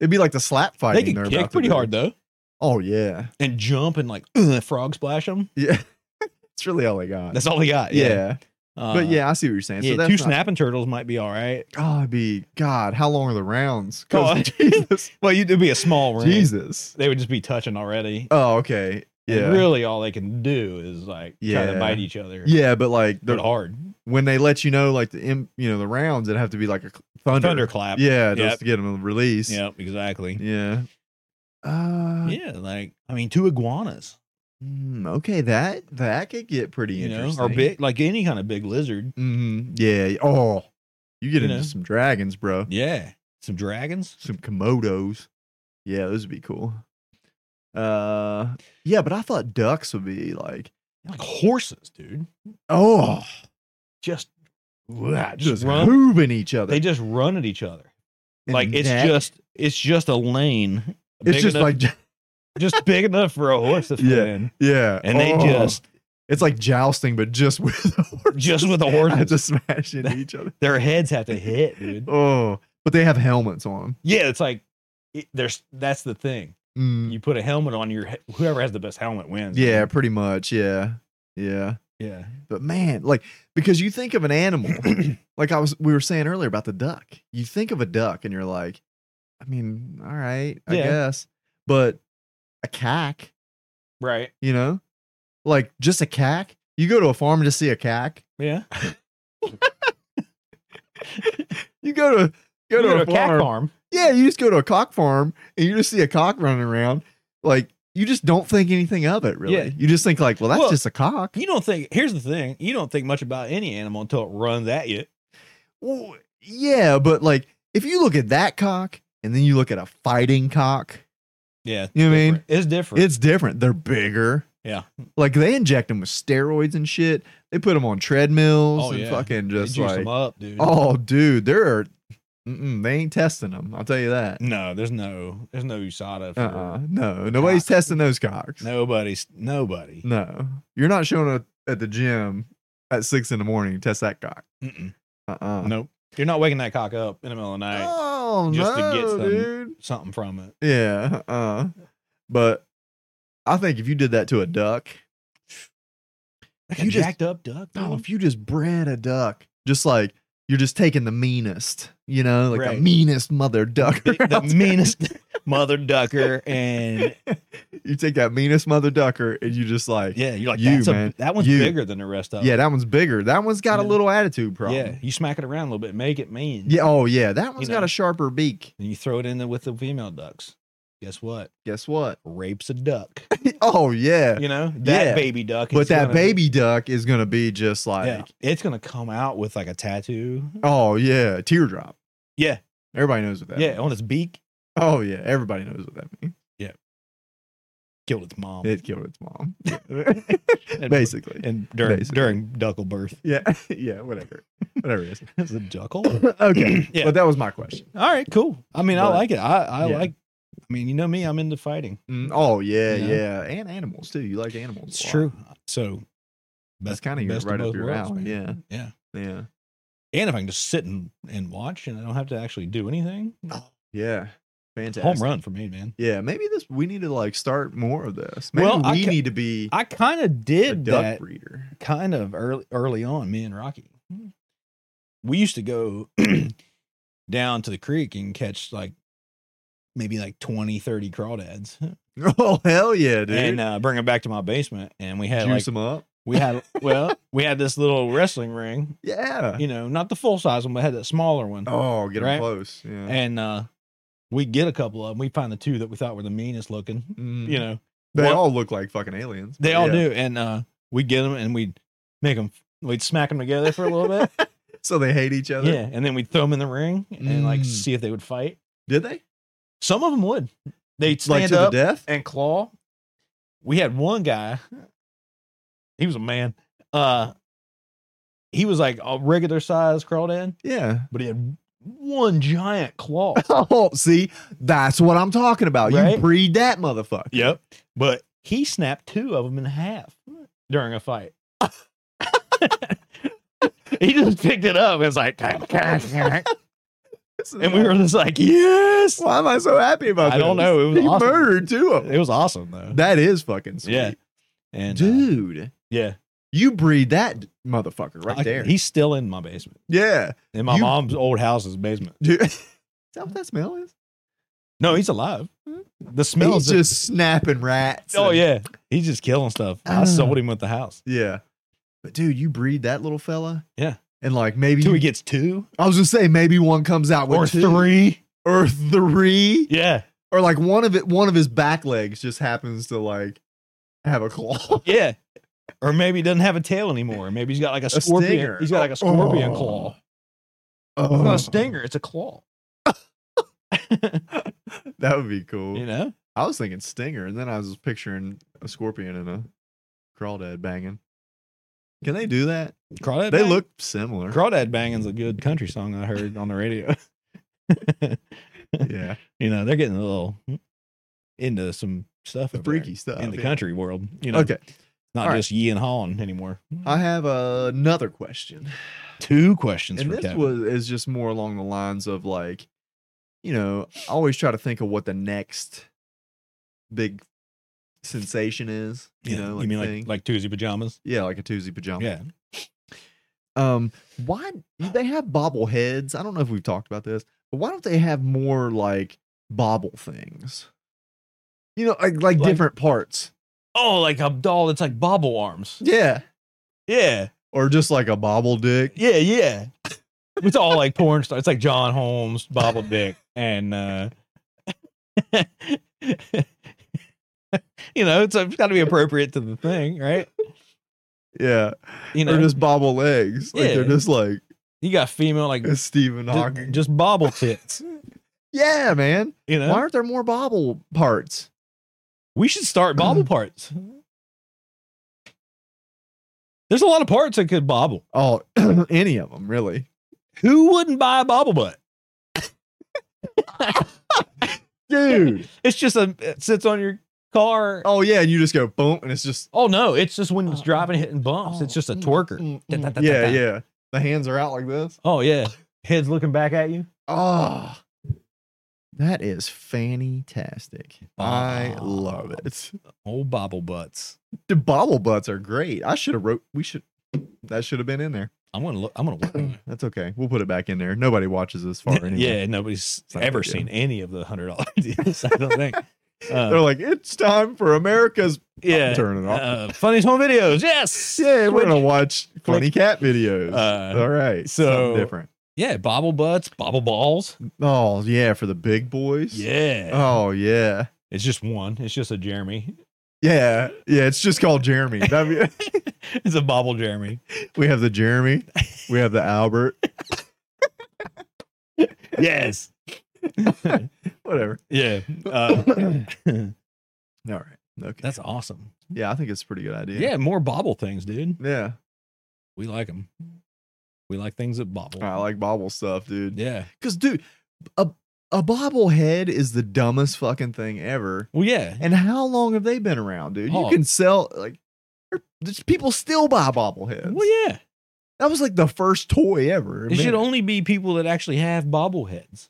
B: It'd be like the slap fight.
A: they can kick pretty hard though,
B: Oh yeah,
A: and jump and like ugh, frog splash them.
B: yeah. it's really all they got.
A: That's all they got.
B: yeah,
A: Uh,
B: but yeah, I see what you're saying.
A: yeah,
B: so that's
A: two
B: not-
A: snapping turtles might be all right.
B: Oh, it'd be God. How long are the rounds? 'Cause
A: Oh,
B: Jesus,
A: Well, you, it'd be a small ring.
B: Jesus.
A: They would just be touching already.
B: Oh, okay.
A: And
B: Yeah,
A: really, all they can do is like try to
B: Yeah.
A: bite each other.
B: yeah, but like
A: But
B: the,
A: hard.
B: when they let you know, like the im- you know the rounds, it'd have to be like a cl- thunder.
A: Thunderclap.
B: Yeah, just
A: Yep.
B: to get them released.
A: Yep, exactly.
B: Yeah. Uh,
A: Yeah, like I mean, two iguanas.
B: mm, okay, that that could get pretty
A: you know,
B: interesting.
A: or big like any kind of big lizard.
B: hmm Yeah. Oh, you get
A: You
B: into
A: know.
B: some dragons, bro.
A: Yeah, some dragons.
B: Some komodos. Yeah, those would be cool. Uh, yeah, but I thought ducks would be like,
A: Like horses, dude.
B: oh,
A: Just, wow, just,
B: just
A: run.
B: hooving each other.
A: They just run at each other.
B: And
A: like it's
B: that-
A: just it's just a lane.
B: it's
A: big
B: just
A: enough-
B: like,
A: just big enough for a horse to fit
B: Yeah.
A: in,
B: yeah,
A: and they
B: Oh.
A: just
B: it's like jousting, but just with the horses.
A: Just with the
B: I
A: horses.
B: just smash into each other.
A: their heads have to hit, dude.
B: Oh, but they have helmets on.
A: Yeah, it's like it, there's that's the thing.
B: Mm,
A: You put a helmet on your he- whoever has the best helmet wins.
B: yeah, pretty much. Yeah, yeah.
A: yeah,
B: But man, like because you think of an animal, like I was we were saying earlier about the duck. You think of a duck and you're like, I mean, all right, I
A: Yeah.
B: guess. But a cack,
A: right.
B: you know? Like just a cack. You go to a farm to see a cack.
A: Yeah,
B: You go to go
A: You
B: to a,
A: cat
B: farm.
A: farm.
B: Yeah, you just go to a cock farm and you just see a cock running around. Like you just don't think anything of it really.
A: Yeah.
B: You just think like, well, that's
A: Well,
B: just a cock.
A: You don't think. Here's the thing. You don't think much about any animal until it runs at you.
B: Well, yeah, but like if you look at that cock and then you look at a fighting cock,
A: Yeah,
B: You know what I mean?
A: It's different.
B: it's different. They're bigger.
A: Yeah.
B: Like they inject them with steroids and shit. They put them on treadmills
A: Oh,
B: and
A: yeah.
B: fucking
A: They
B: just
A: juice
B: like,
A: them up, dude.
B: oh, dude, they're mm-mm, they ain't testing them. I'll tell you that.
A: no, there's no, there's no USADA. For
B: Uh, uh no, nobody's testing those cocks.
A: Nobody's nobody.
B: No. you're not showing up at the gym at six in the morning to test that cock.
A: Mm-mm.
B: Uh, uh
A: Nope. You're not waking that cock up in the middle of the night.
B: Oh
A: Just to
B: no,
A: get some-
B: dude.
A: Something from it.
B: Yeah, uh, but I think if you did that to a duck,
A: Like
B: You
A: a
B: just-
A: jacked up duck.
B: Oh,
A: dude.
B: if you just bred a duck, just like you're just taking the meanest, you know, like
A: Right.
B: the meanest mother duck.
A: the, the
B: out there.
A: meanest mother ducker, and
B: you take that meanest mother ducker and you just like, yeah,
A: yeah, you're like
B: You,
A: that's a-
B: man.
A: that one's
B: You.
A: bigger than the rest of
B: that one's bigger. That one's got a
A: Yeah.
B: little attitude
A: them.
B: problem.
A: Yeah, you smack it around a little bit, make it mean.
B: Yeah, Oh, yeah. That one's got
A: know.
B: a sharper beak.
A: and you throw it in there with the female ducks. Guess what?
B: Guess what?
A: Rapes a duck.
B: oh, yeah.
A: You know that
B: Yeah.
A: baby duck.
B: But
A: is
B: that
A: gonna-
B: baby duck is going to be just like,
A: yeah, it's gonna come out with like a tattoo.
B: oh, yeah, teardrop.
A: Yeah.
B: Everybody knows what that
A: Yeah,
B: means.
A: on its beak,
B: Oh, yeah. Everybody knows what that means.
A: killed its mom.
B: It killed its mom.
A: And-
B: Basically.
A: and during
B: Basically.
A: during duckle birth.
B: Yeah, yeah, whatever, whatever it is.
A: Is it duckle?
B: okay,
A: Yeah.
B: but that was my question.
A: All right, cool. I mean, I
B: But-
A: like it. I I
B: yeah.
A: like. I mean, you know me. I'm into fighting.
B: Mm, oh yeah,
A: You know?
B: yeah, and animals too. You like animals?
A: It's
B: a lot.
A: true. So
B: That's
A: best-
B: kind of your
A: best
B: right up
A: both
B: your
A: worlds,
B: alley.
A: man.
B: Yeah,
A: Yeah.
B: yeah,
A: And if I can just sit and, and watch and I don't have to actually do anything,
B: yeah. Fantastic.
A: home run for me, man.
B: Yeah, maybe this we need to like start more of this. Maybe
A: Well, I
B: we
A: ca-
B: need to be
A: I kind of
B: a
A: did
B: duck
A: that
B: breeder.
A: kind of early early on. Me and Rocky, we used to go down to the creek and catch like maybe like 20, 30 crawdads
B: Oh hell yeah, dude!
A: and uh, bring them back to my basement. And we had
B: Juice
A: like
B: them up.
A: we had well we had this little wrestling ring
B: Yeah.
A: you know, not the full size one, but had that smaller one.
B: Oh, get them
A: Right?
B: close. Yeah.
A: And uh, we get a couple of them. We find the two that we thought were the meanest looking.
B: Mm.
A: You know,
B: they
A: one-
B: all look like fucking aliens.
A: they
B: but
A: all
B: yeah.
A: do. And uh, we get them and we'd make them, we'd smack them together for a little bit.
B: So they hate each other.
A: yeah. And then we'd throw them in the ring and like
B: Mm.
A: see if they would fight.
B: Did they?
A: Some of them would. They'd
B: Like
A: stand
B: to the
A: up
B: death?
A: and claw. We had one guy He was a man. Uh, he was like a regular size crawdad,
B: Yeah.
A: but he had one giant claw.
B: Oh, see, that's what I'm talking about.
A: Right?
B: You breed that motherfucker.
A: yep. But he snapped two of them in half during a fight. he just picked it up and was like, and
B: This is
A: we
B: like,
A: were just like, yes.
B: Why am I so happy about
A: I
B: this?
A: don't know. It was
B: he
A: awesome.
B: murdered two of them.
A: It was awesome though.
B: That is fucking sweet.
A: Yeah. And uh,
B: Dude,
A: yeah,
B: you breed that d- motherfucker right
A: I-
B: there.
A: He's still in my basement,
B: yeah.
A: in my
B: You-
A: mom's old house's basement.
B: Dude. is that what that smell is?
A: No, he's alive. The smell
B: He's
A: is
B: just snapping rats.
A: Oh
B: and-
A: yeah, he's just killing stuff. I
B: Ah.
A: sold him with the house.
B: Yeah. But dude, you breed that little fella.
A: Yeah.
B: And like maybe
A: Till
B: you-
A: he gets two
B: I was gonna say maybe one comes out with
A: or
B: two.
A: three.
B: or three.
A: Yeah,
B: Or like one of it one of his back legs just happens to like have a claw.
A: yeah. Or maybe he doesn't have a tail anymore. Maybe he's got like a, scorpion.
B: stinger.
A: He's got like a scorpion
B: Oh.
A: claw.
B: Oh,
A: It's not a stinger. It's a claw.
B: That would be cool.
A: You know?
B: I was thinking stinger, and then I was picturing a scorpion and a crawdad banging. Can they do that?
A: Crawdad.
B: They
A: bang-
B: look similar.
A: Crawdad banging's a good country song I heard on the radio.
B: yeah,
A: you know, they're getting a little into some stuff
B: the
A: over there
B: freaky stuff.
A: in the
B: yeah.
A: country world. You know,
B: Okay,
A: not
B: all right.
A: just ye and hawing anymore.
B: I have another question,
A: Two questions
B: and
A: for
B: this
A: Kevin.
B: was is just more along the lines of like, you know, I always try to think of what the next big sensation is. You
A: Yeah,
B: know, like
A: you mean
B: thing.
A: like like Tuesday pajamas?
B: yeah, like a toozy pajama.
A: Yeah,
B: Um, why do they have bobble heads? I don't know if we've talked about this, but why don't they have more like bobble things? You know, like, like,
A: Like-
B: different parts.
A: Oh, like a doll that's like bobble arms.
B: Yeah.
A: Yeah,
B: Or just like a bobble dick.
A: yeah, yeah. It's all like porn stars. It's like John Holmes, Bobble Dick, and uh you know, it's, it's got to be appropriate to the thing, right?
B: Yeah.
A: You
B: or
A: know,
B: just bobble legs. Like they're
A: Yeah.
B: just like
A: you got female like
B: a Stephen
A: just,
B: Hawking.
A: just bobble tits.
B: yeah, man.
A: You know,
B: Why aren't there more bobble parts?
A: we should start bobble parts. There's a lot of parts that could bobble.
B: Oh, any of them, really.
A: Who wouldn't buy a bobble butt?
B: Dude.
A: It's just a it sits on your car. Oh,
B: oh, yeah. And you just go boom and it's just.
A: no, it's just when it's
B: Oh,
A: driving hitting bumps. It's just a twerker.
B: Mm, mm,
A: Da, da, da,
B: mm.
A: da,
B: Yeah,
A: da.
B: yeah. The hands are out like this.
A: Oh yeah, head's looking back at you.
B: Oh, that is fantastic. I
A: Bob.
B: love it.
A: Old bobble butts.
B: The bobble butts are great. I should have wrote, we should, that should have been in there.
A: I'm gonna look. I'm gonna work. on
B: That's okay. We'll put it back in there. Nobody watches this far
A: it.
B: anyway.
A: yeah, nobody's
B: not a
A: ever
B: good deal.
A: seen any of the hundred dollar deals. I don't think.
B: They're
A: Uh,
B: like, it's time for America's.
A: yeah.
B: turning it off.
A: Uh, funniest home videos. Yes.
B: Yeah, we're
A: Switch.
B: going to watch funny cat videos.
A: Uh,
B: All right. something
A: so-
B: different.
A: yeah. Bobble butts. Bobble balls.
B: Oh, yeah. For the big boys.
A: Yeah.
B: Oh, yeah.
A: it's just one. It's just a Jeremy.
B: Yeah. Yeah. It's just called Jeremy. That'd be-
A: It's a bobble Jeremy.
B: we have the Jeremy. We have the Albert.
A: Yes.
B: Whatever.
A: yeah. Uh,
B: All right. Okay.
A: that's awesome.
B: Yeah, I think it's a pretty good idea.
A: Yeah, more bobble things, dude.
B: Yeah.
A: We like them. We like things that bobble.
B: I like bobble stuff, dude.
A: Yeah.
B: Because, dude, a, a bobblehead is the dumbest fucking thing ever.
A: Well, yeah.
B: And how long have they been around, dude?
A: Oh.
B: You can sell, like, there- there's people still buy bobbleheads.
A: Well, yeah.
B: That was like the first toy ever.
A: It should
B: invented.
A: only be people that actually have bobbleheads.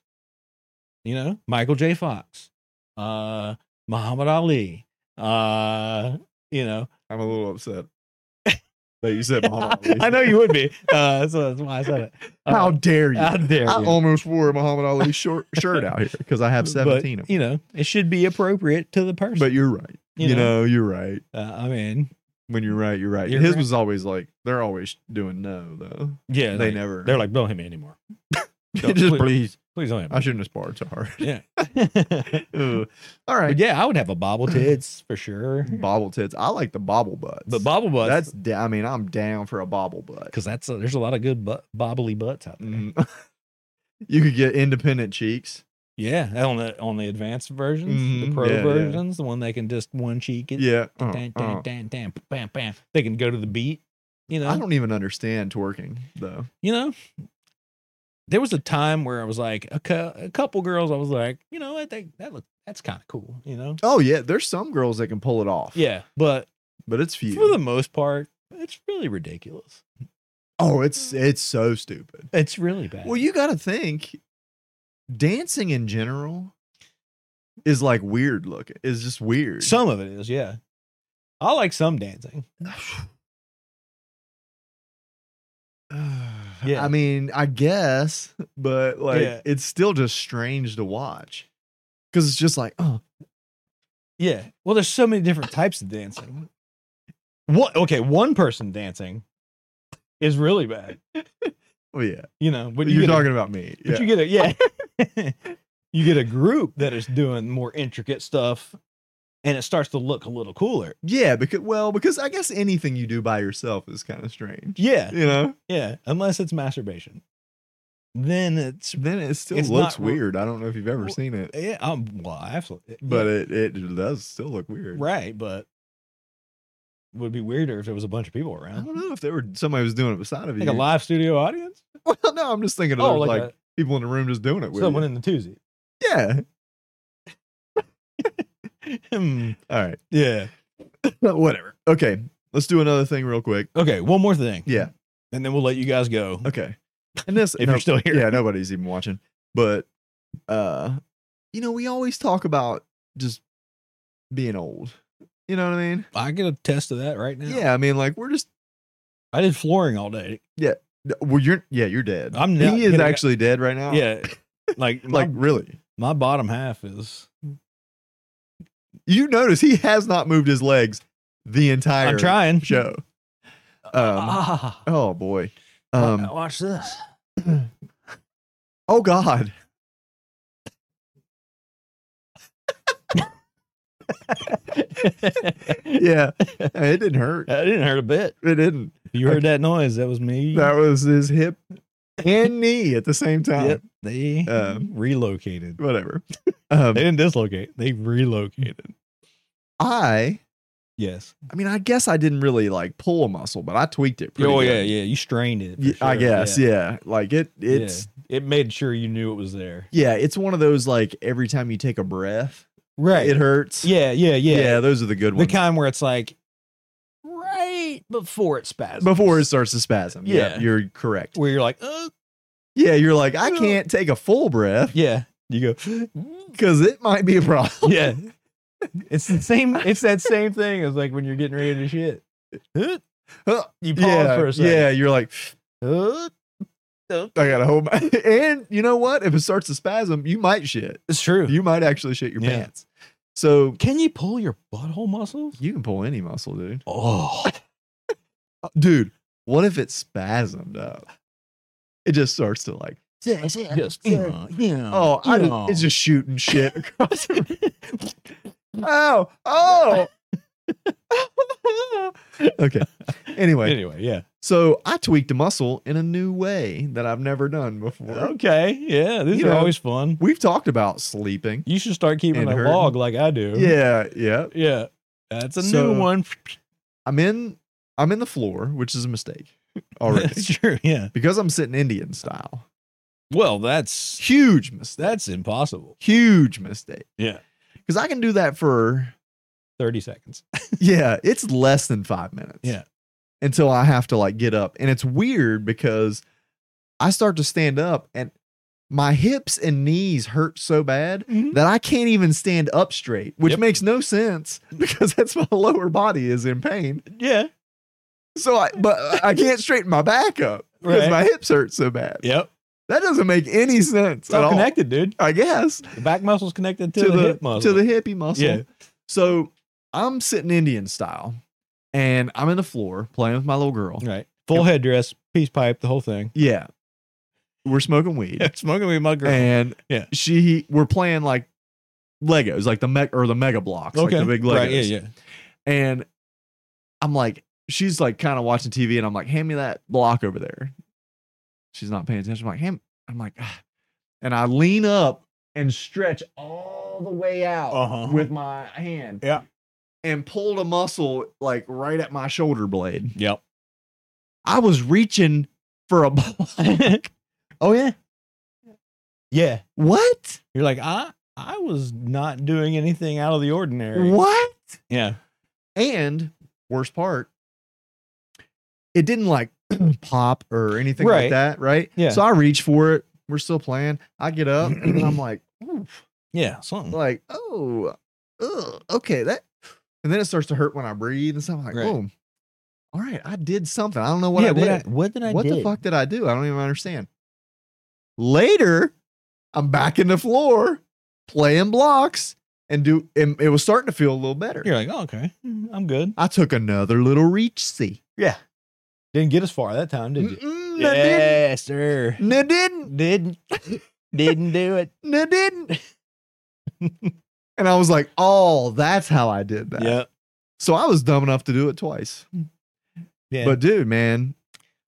A: You know, Michael J. Fox, uh, Muhammad Ali. Uh, you know,
B: I'm a little upset that you said Muhammad Ali.
A: I know you would be. Uh, so that's why I said it. Uh,
B: How dare you?
A: how dare
B: I
A: you.
B: almost wore a Muhammad Ali short, shirt out here because I have 17
A: But,
B: of them.
A: you know, it should be appropriate to the person.
B: But you're right.
A: you
B: You,
A: know.
B: know, you're right.
A: uh, I mean,
B: When you're right, you're right.
A: You're
B: His
A: right.
B: was always like, they're always doing no, though.
A: yeah,
B: they
A: like,
B: never.
A: They're like, don't hit me anymore.
B: Just
A: please,
B: please.
A: please don't hit
B: I
A: me.
B: shouldn't have sparred so hard.
A: yeah.
B: Ugh. All
A: But
B: right.
A: yeah, I would have a bobble tits for sure.
B: Bobble tits. I like the bobble butts.
A: But bobble butts,
B: That's. da- I mean, I'm down for a bobble butt.
A: because that's a, there's a lot of good bu- bobbly butts out there.
B: Mm. you could get independent cheeks.
A: Yeah, on the on the advanced versions, the
B: Mhm,
A: pro
B: yeah, yeah.
A: versions, the one they can just one cheek it.
B: Yeah. uh,
A: Dan,
B: uh.
A: dan, dan, dan, bam, bam. They can go to the beat. You know,
B: I don't even understand twerking though.
A: you know. There was a time where I was like a, cou- a couple girls. I was like, you know, I think that look that's kind of cool. You know.
B: Oh yeah, there's some girls that can pull it off.
A: Yeah, but
B: but it's
A: for
B: few.
A: the most part, it's really ridiculous.
B: oh, it's it's so stupid.
A: It's really bad.
B: Well, you got to think dancing in general is like weird looking. Is just weird.
A: some of it is, yeah. I like some dancing. Yeah.
B: I mean, I guess, but like
A: Yeah.
B: it's still just strange to watch. Cause it's just like, oh,
A: Yeah. Well, there's so many different types of dancing. What? Okay, one person dancing is really bad.
B: well, oh, yeah.
A: You know, but
B: But
A: you
B: you're
A: get a-
B: talking about me.
A: but
B: Yeah.
A: you get a yeah. you get a group that is doing more intricate stuff, and it starts to look a little cooler.
B: yeah, because well, because I guess anything you do by yourself is kind of strange.
A: Yeah,
B: You know?
A: yeah. Unless it's masturbation, then it's
B: Then it still
A: It's
B: looks
A: not re-
B: weird. I don't know if you've ever
A: Well,
B: seen it.
A: yeah. Um, well, absolutely.
B: But it, it does still look weird.
A: right, but it would be weirder if there was a bunch of people
B: I
A: around,
B: don't know if there were somebody was doing it beside of you.
A: like a live studio audience.
B: Well, no, I'm just thinking of
A: Oh,
B: there's,
A: like
B: like,
A: a-
B: people in the room just doing it with
A: Someone
B: you.
A: in the toozy.
B: yeah.
A: Hmm,
B: All right.
A: yeah.
B: Whatever. Okay. Let's do another thing real quick.
A: Okay, one more thing.
B: Yeah.
A: And then we'll let you guys go.
B: Okay. And this
A: If
B: no-
A: you're still here.
B: Yeah, nobody's even watching. But uh you know, we always talk about just being old. You know what I mean?
A: I get a test of that right now.
B: Yeah, I mean like we're just
A: I did flooring all day.
B: well you're yeah, you're dead.
A: I'm not
B: he is
A: kidding.
B: actually dead right now.
A: Yeah. Like,
B: Oh. Like
A: like
B: really.
A: my, bottom half is
B: You notice he has not moved his legs the entire
A: I'm trying.
B: show. Um,
A: ah,
B: oh boy.
A: wa-
B: Um
A: watch this.
B: oh god.
A: that
B: Yeah. it didn't hurt.
A: didn't hurt a bit.
B: It didn't.
A: You heard that noise. That was me.
B: That was his hip and knee at the same time.
A: Yep. They
B: Um,
A: relocated.
B: whatever. Um,
A: They didn't dislocate. They relocated.
B: I,
A: Yes.
B: I mean, I guess I didn't really like pull a muscle, but I tweaked it. Pretty
A: oh
B: good.
A: yeah, yeah. You strained it. for
B: Y- I
A: sure.
B: guess,
A: Yeah.
B: yeah. Like it, it's
A: It made sure you knew it was there.
B: yeah. it's one of those like every time you take a breath,
A: Right.
B: it hurts.
A: Yeah, yeah, yeah.
B: yeah, those are the good
A: the
B: ones.
A: kind where it's like right before it spasms.
B: Before it starts to spasm. Yeah,
A: Yeah.
B: you're correct.
A: where you're like, oh
B: Yeah, you're like, I
A: Well-
B: can't take a full breath
A: yeah. You go, Mm.
B: because it might be a problem.
A: yeah. It's the same. It's that same thing as like when you're getting ready to shit. You
B: Huh.
A: pause
B: yeah,
A: for a second.
B: yeah, you're like,
A: Uh,
B: I gotta hold my. And you know what? If it starts to spasm, you might shit.
A: It's true.
B: You might actually shit your
A: Yeah.
B: pants. So
A: Can you pull your butthole muscles?
B: you can pull any muscle, dude. Uh,
A: Oh,
B: dude, what if it spasmed up? It just starts to like,
A: just yeah, yeah.
B: oh, I
A: Mm. yeah.
B: just, it's just shooting shit across. the room. oh, oh. okay. Anyway,
A: Anyway, yeah.
B: so I tweaked a muscle in a new way that I've never done before.
A: Okay, yeah. These
B: You
A: are
B: know-
A: always fun.
B: We've talked about sleeping.
A: You should start keeping
B: And
A: a
B: hurting.
A: log like I do.
B: Yeah, yeah.
A: Yeah. That's a
B: So-
A: new one.
B: I'm in. I'm in the floor, which is a mistake already
A: That's true. Yeah.
B: because I'm sitting Indian style.
A: Well, that's
B: Huge mistake.
A: that's impossible.
B: Huge mistake.
A: Yeah.
B: Because I can do that for
A: 30 seconds.
B: yeah, it's less than five minutes.
A: Yeah.
B: Until I have to like get up. And it's weird because I start to stand up and my hips and knees hurt so bad that I can't even stand up straight, which
A: Yep.
B: makes no sense because that's my lower body is in pain.
A: Yeah.
B: So I but I can't straighten my back up because
A: Right.
B: my hips hurt so bad.
A: Yep.
B: That doesn't make any sense
A: It's
B: at
A: all
B: all.
A: connected, dude.
B: I guess
A: The back muscle's connected to,
B: to
A: the,
B: the-
A: hip muscle.
B: to the hippie muscle.
A: Yeah.
B: So I'm sitting Indian style and I'm in the floor playing with my little girl.
A: right. Full headdress, peace pipe, the whole thing.
B: Yeah. We're smoking weed.
A: Smoking with my girl.
B: and
A: Yeah.
B: she we're playing like Legos, like the mech or the mega blocks,
A: okay.
B: like the big Legos.
A: Right. Yeah. Yeah.
B: And I'm like, she's like kind of watching TV and I'm like, hand me that block over there. She's not paying attention. I'm like, hand I'm like, "Ah." and I lean up and stretch all the way out
C: Uh-huh.
B: with my hand.
C: Yeah.
B: And pulled a muscle like right at my shoulder blade.
C: Yep.
B: I was reaching for a ball.
C: Oh yeah. Yeah.
B: what?
A: You're like, I I was not doing anything out of the ordinary.
B: What?
A: Yeah.
B: And worst part, it didn't like pop or anything
A: Right.
B: like that, right?
A: Yeah.
B: So I reach for it. We're still playing. I get up and I'm like, oof,
A: Yeah. Something.
B: like, oh, ugh, okay, that. And then it starts to hurt when I breathe and stuff. I'm like,
A: Right.
B: oh, all right, I did something. I don't know what I
A: what,
B: did.
A: I, what did I
B: what
A: did?
B: the fuck did I do? I don't even understand. Later, I'm back in the floor playing blocks and do and it was starting to feel a little better.
A: You're like, oh, okay, Mm, I'm good.
B: I took another little reach see.
A: Didn't get as far Mm-hmm. that time, did you?
B: Mm-mm, I didn't.
A: Yes, sir.
B: No didn't.
A: Didn't didn't do it.
B: No didn't. and I was like, oh, that's how I did that.
A: Yep.
B: So I was dumb enough to do it twice.
A: Yeah.
B: But dude, man,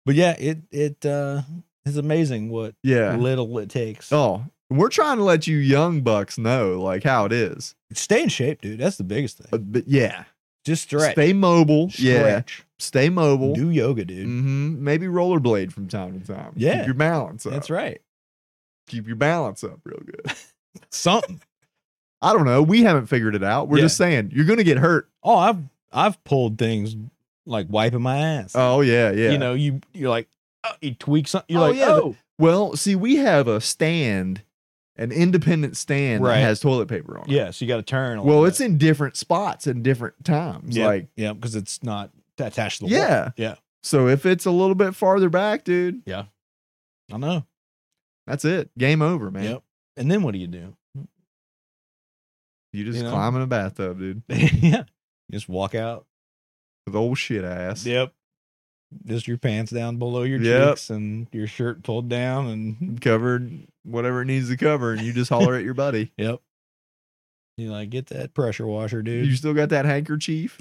A: But yeah, it it uh is amazing what
B: yeah.
A: little it takes.
B: Oh, we're trying to let you young bucks know like how it is.
A: Stay in shape, dude. That's the biggest thing.
B: But, but yeah,
A: Just stretch.
B: stay mobile. Yeah,
A: Stretch.
B: stay mobile.
A: Do yoga, dude.
B: hmm Maybe rollerblade from time to time.
A: Yeah.
B: keep your balance up.
A: That's right.
B: Keep your balance up real good.
A: Something.
B: I don't know. We haven't figured it out. We're
A: Yeah.
B: just saying you're gonna get hurt.
A: Oh, I've I've pulled things like wiping my ass.
B: Oh yeah, yeah.
A: You know, you you're like uh, you tweak something. You're
B: Oh,
A: like,
B: yeah,
A: oh,
B: Well, see, we have a stand, an independent stand
A: Right.
B: that has toilet paper on. it.
A: yeah. So you got to turn. a
B: Well,
A: little
B: it's in different spots and different times.
A: Yeah.
B: Like,
A: bit. yeah, because it's not attached to the wall.
B: yeah,
A: Yeah.
B: So if it's a little bit farther back, dude,
A: I know.
B: that's it. Game over, man.
A: Yep. And then what do you do?
B: You just
A: You know?
B: climb in a bathtub, dude.
A: yeah. You just walk out.
B: With old shit ass.
A: Yep. Just your pants down below your
B: Yep.
A: cheeks and your shirt pulled down and
B: Covered whatever it needs to cover, and you just holler at your buddy.
A: yep. You like get that pressure washer,
B: You
A: dude.
B: still got that handkerchief?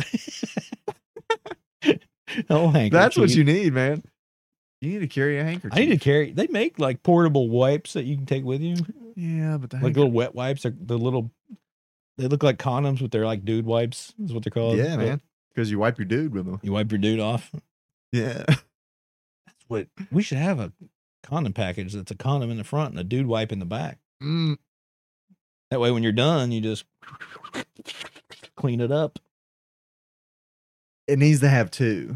A: Oh, handkerchief.
B: That's what you need, man. You need to carry a handkerchief.
A: I need to carry. They make like portable wipes that you can take with you,
B: Yeah, but the
A: like little wet wipes. They're the little. They look like condoms, but they're like dude wipes. Is what they're called.
B: yeah, man. Because you wipe your dude with them.
A: You wipe your dude off.
B: Yeah.
A: That's what we should have a condom package. That's a condom in the front and a dude wipe in the back.
B: Mm,
A: That way, when you're done, you just clean it up.
B: it needs to have two.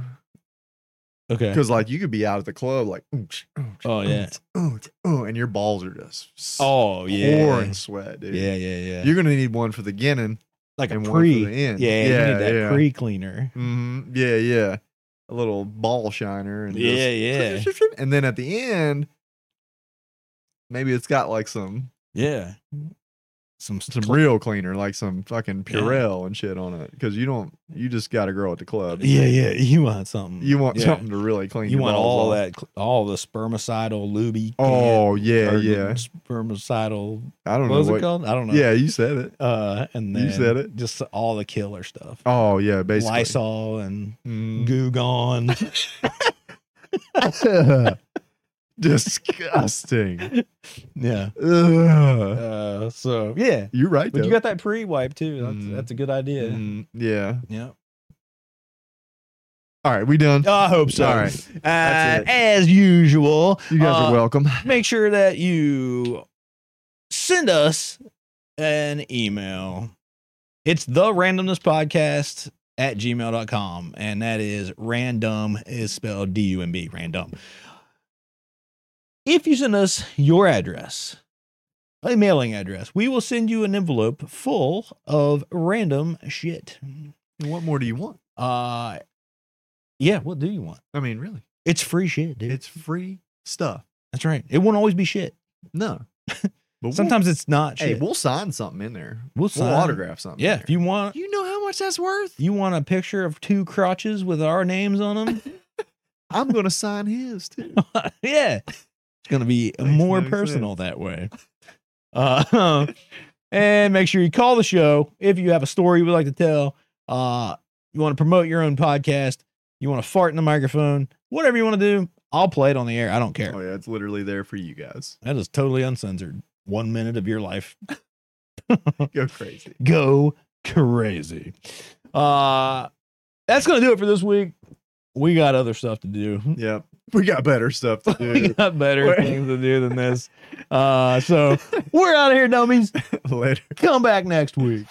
A: Okay.
B: Because like you could be out at the club, like "Oonch, oonch,
A: Oh, yeah.
B: oonch, oonch, oonch," and your balls are just s-
A: Oh yeah.
B: pouring sweat, dude.
A: Yeah, yeah, yeah.
B: You're gonna need one for the beginning
A: like a
B: and
A: pre.
B: one for the
A: yeah,
B: end.
A: you need that
B: yeah.
A: pre cleaner.
B: Mhm, yeah, yeah. A little ball shiner and just-
A: Yeah, yeah,
B: and then at the end, maybe it's got like some
A: yeah. Some
B: some
A: cl-
B: real cleaner, like some fucking
A: Yeah.
B: Purell and shit on it. Because you don't, you just got to grow at the club.
A: Yeah, yeah. You want something?
B: You want
A: yeah.
B: something to really clean.
A: You
B: your
A: want
B: balls
A: all
B: off.
A: that, cl- all the spermicidal luby.
B: Oh yeah, yeah.
A: Spermicidal.
B: I don't
A: What was
B: know
A: it
B: what.
A: called? I don't know.
B: Yeah, you said it.
A: Uh, and then
B: You said it.
A: Just all the killer stuff.
B: Oh yeah, basically.
A: Lysol and
B: Mm.
A: goo gone.
B: Disgusting.
A: yeah.
B: Ugh.
A: Uh, so yeah,
B: You're right.
A: but
B: Though.
A: you got that pre wipe too. That's
B: Mm.
A: that's a good idea.
B: Mm, yeah.
A: Yeah.
B: All right, we done.
A: Oh, I hope so.
B: All right.
A: Uh,
B: That's it.
A: as usual,
B: You guys
A: Uh,
B: are welcome.
A: make sure that you send us an email. It's the randomness podcast at gmail.com. And that is random is spelled D U M B, random. If you send us your address, a mailing address, we will send you an envelope full of random shit.
B: What more do you want?
A: Uh, yeah, what do you want?
B: I mean, really,
A: It's free shit, dude.
B: it's free stuff.
A: That's right. It won't always be shit.
B: No. But
A: Sometimes it's not shit.
B: we'll, hey, we'll sign something in there.
A: We'll
B: We'll
A: sign.
B: autograph something.
A: Yeah,
B: in
A: if
B: there.
A: you want,
B: you know how much that's worth?
A: you want a picture of two crotches with our names on them.
B: I'm gonna sign his too.
A: yeah, it's gonna be
B: Makes
A: more
B: no
A: personal that way. Uh, and make sure you call the show if you have a story you would like to tell. Uh, you want to promote your own podcast. You want to fart in the microphone. Whatever you want to do, I'll play it on the air. I don't care.
B: Oh yeah, it's literally there for you guys.
A: That is totally uncensored. one minute of your life.
B: Go crazy.
A: Go crazy. Uh, that's going to do it for this week. We got other stuff to do.
B: Yeah. We got better stuff to
A: We
B: do
A: got better
B: We're-
A: things to do than this. Uh, so we're out of here, dummies.
B: later.
A: Come back next week.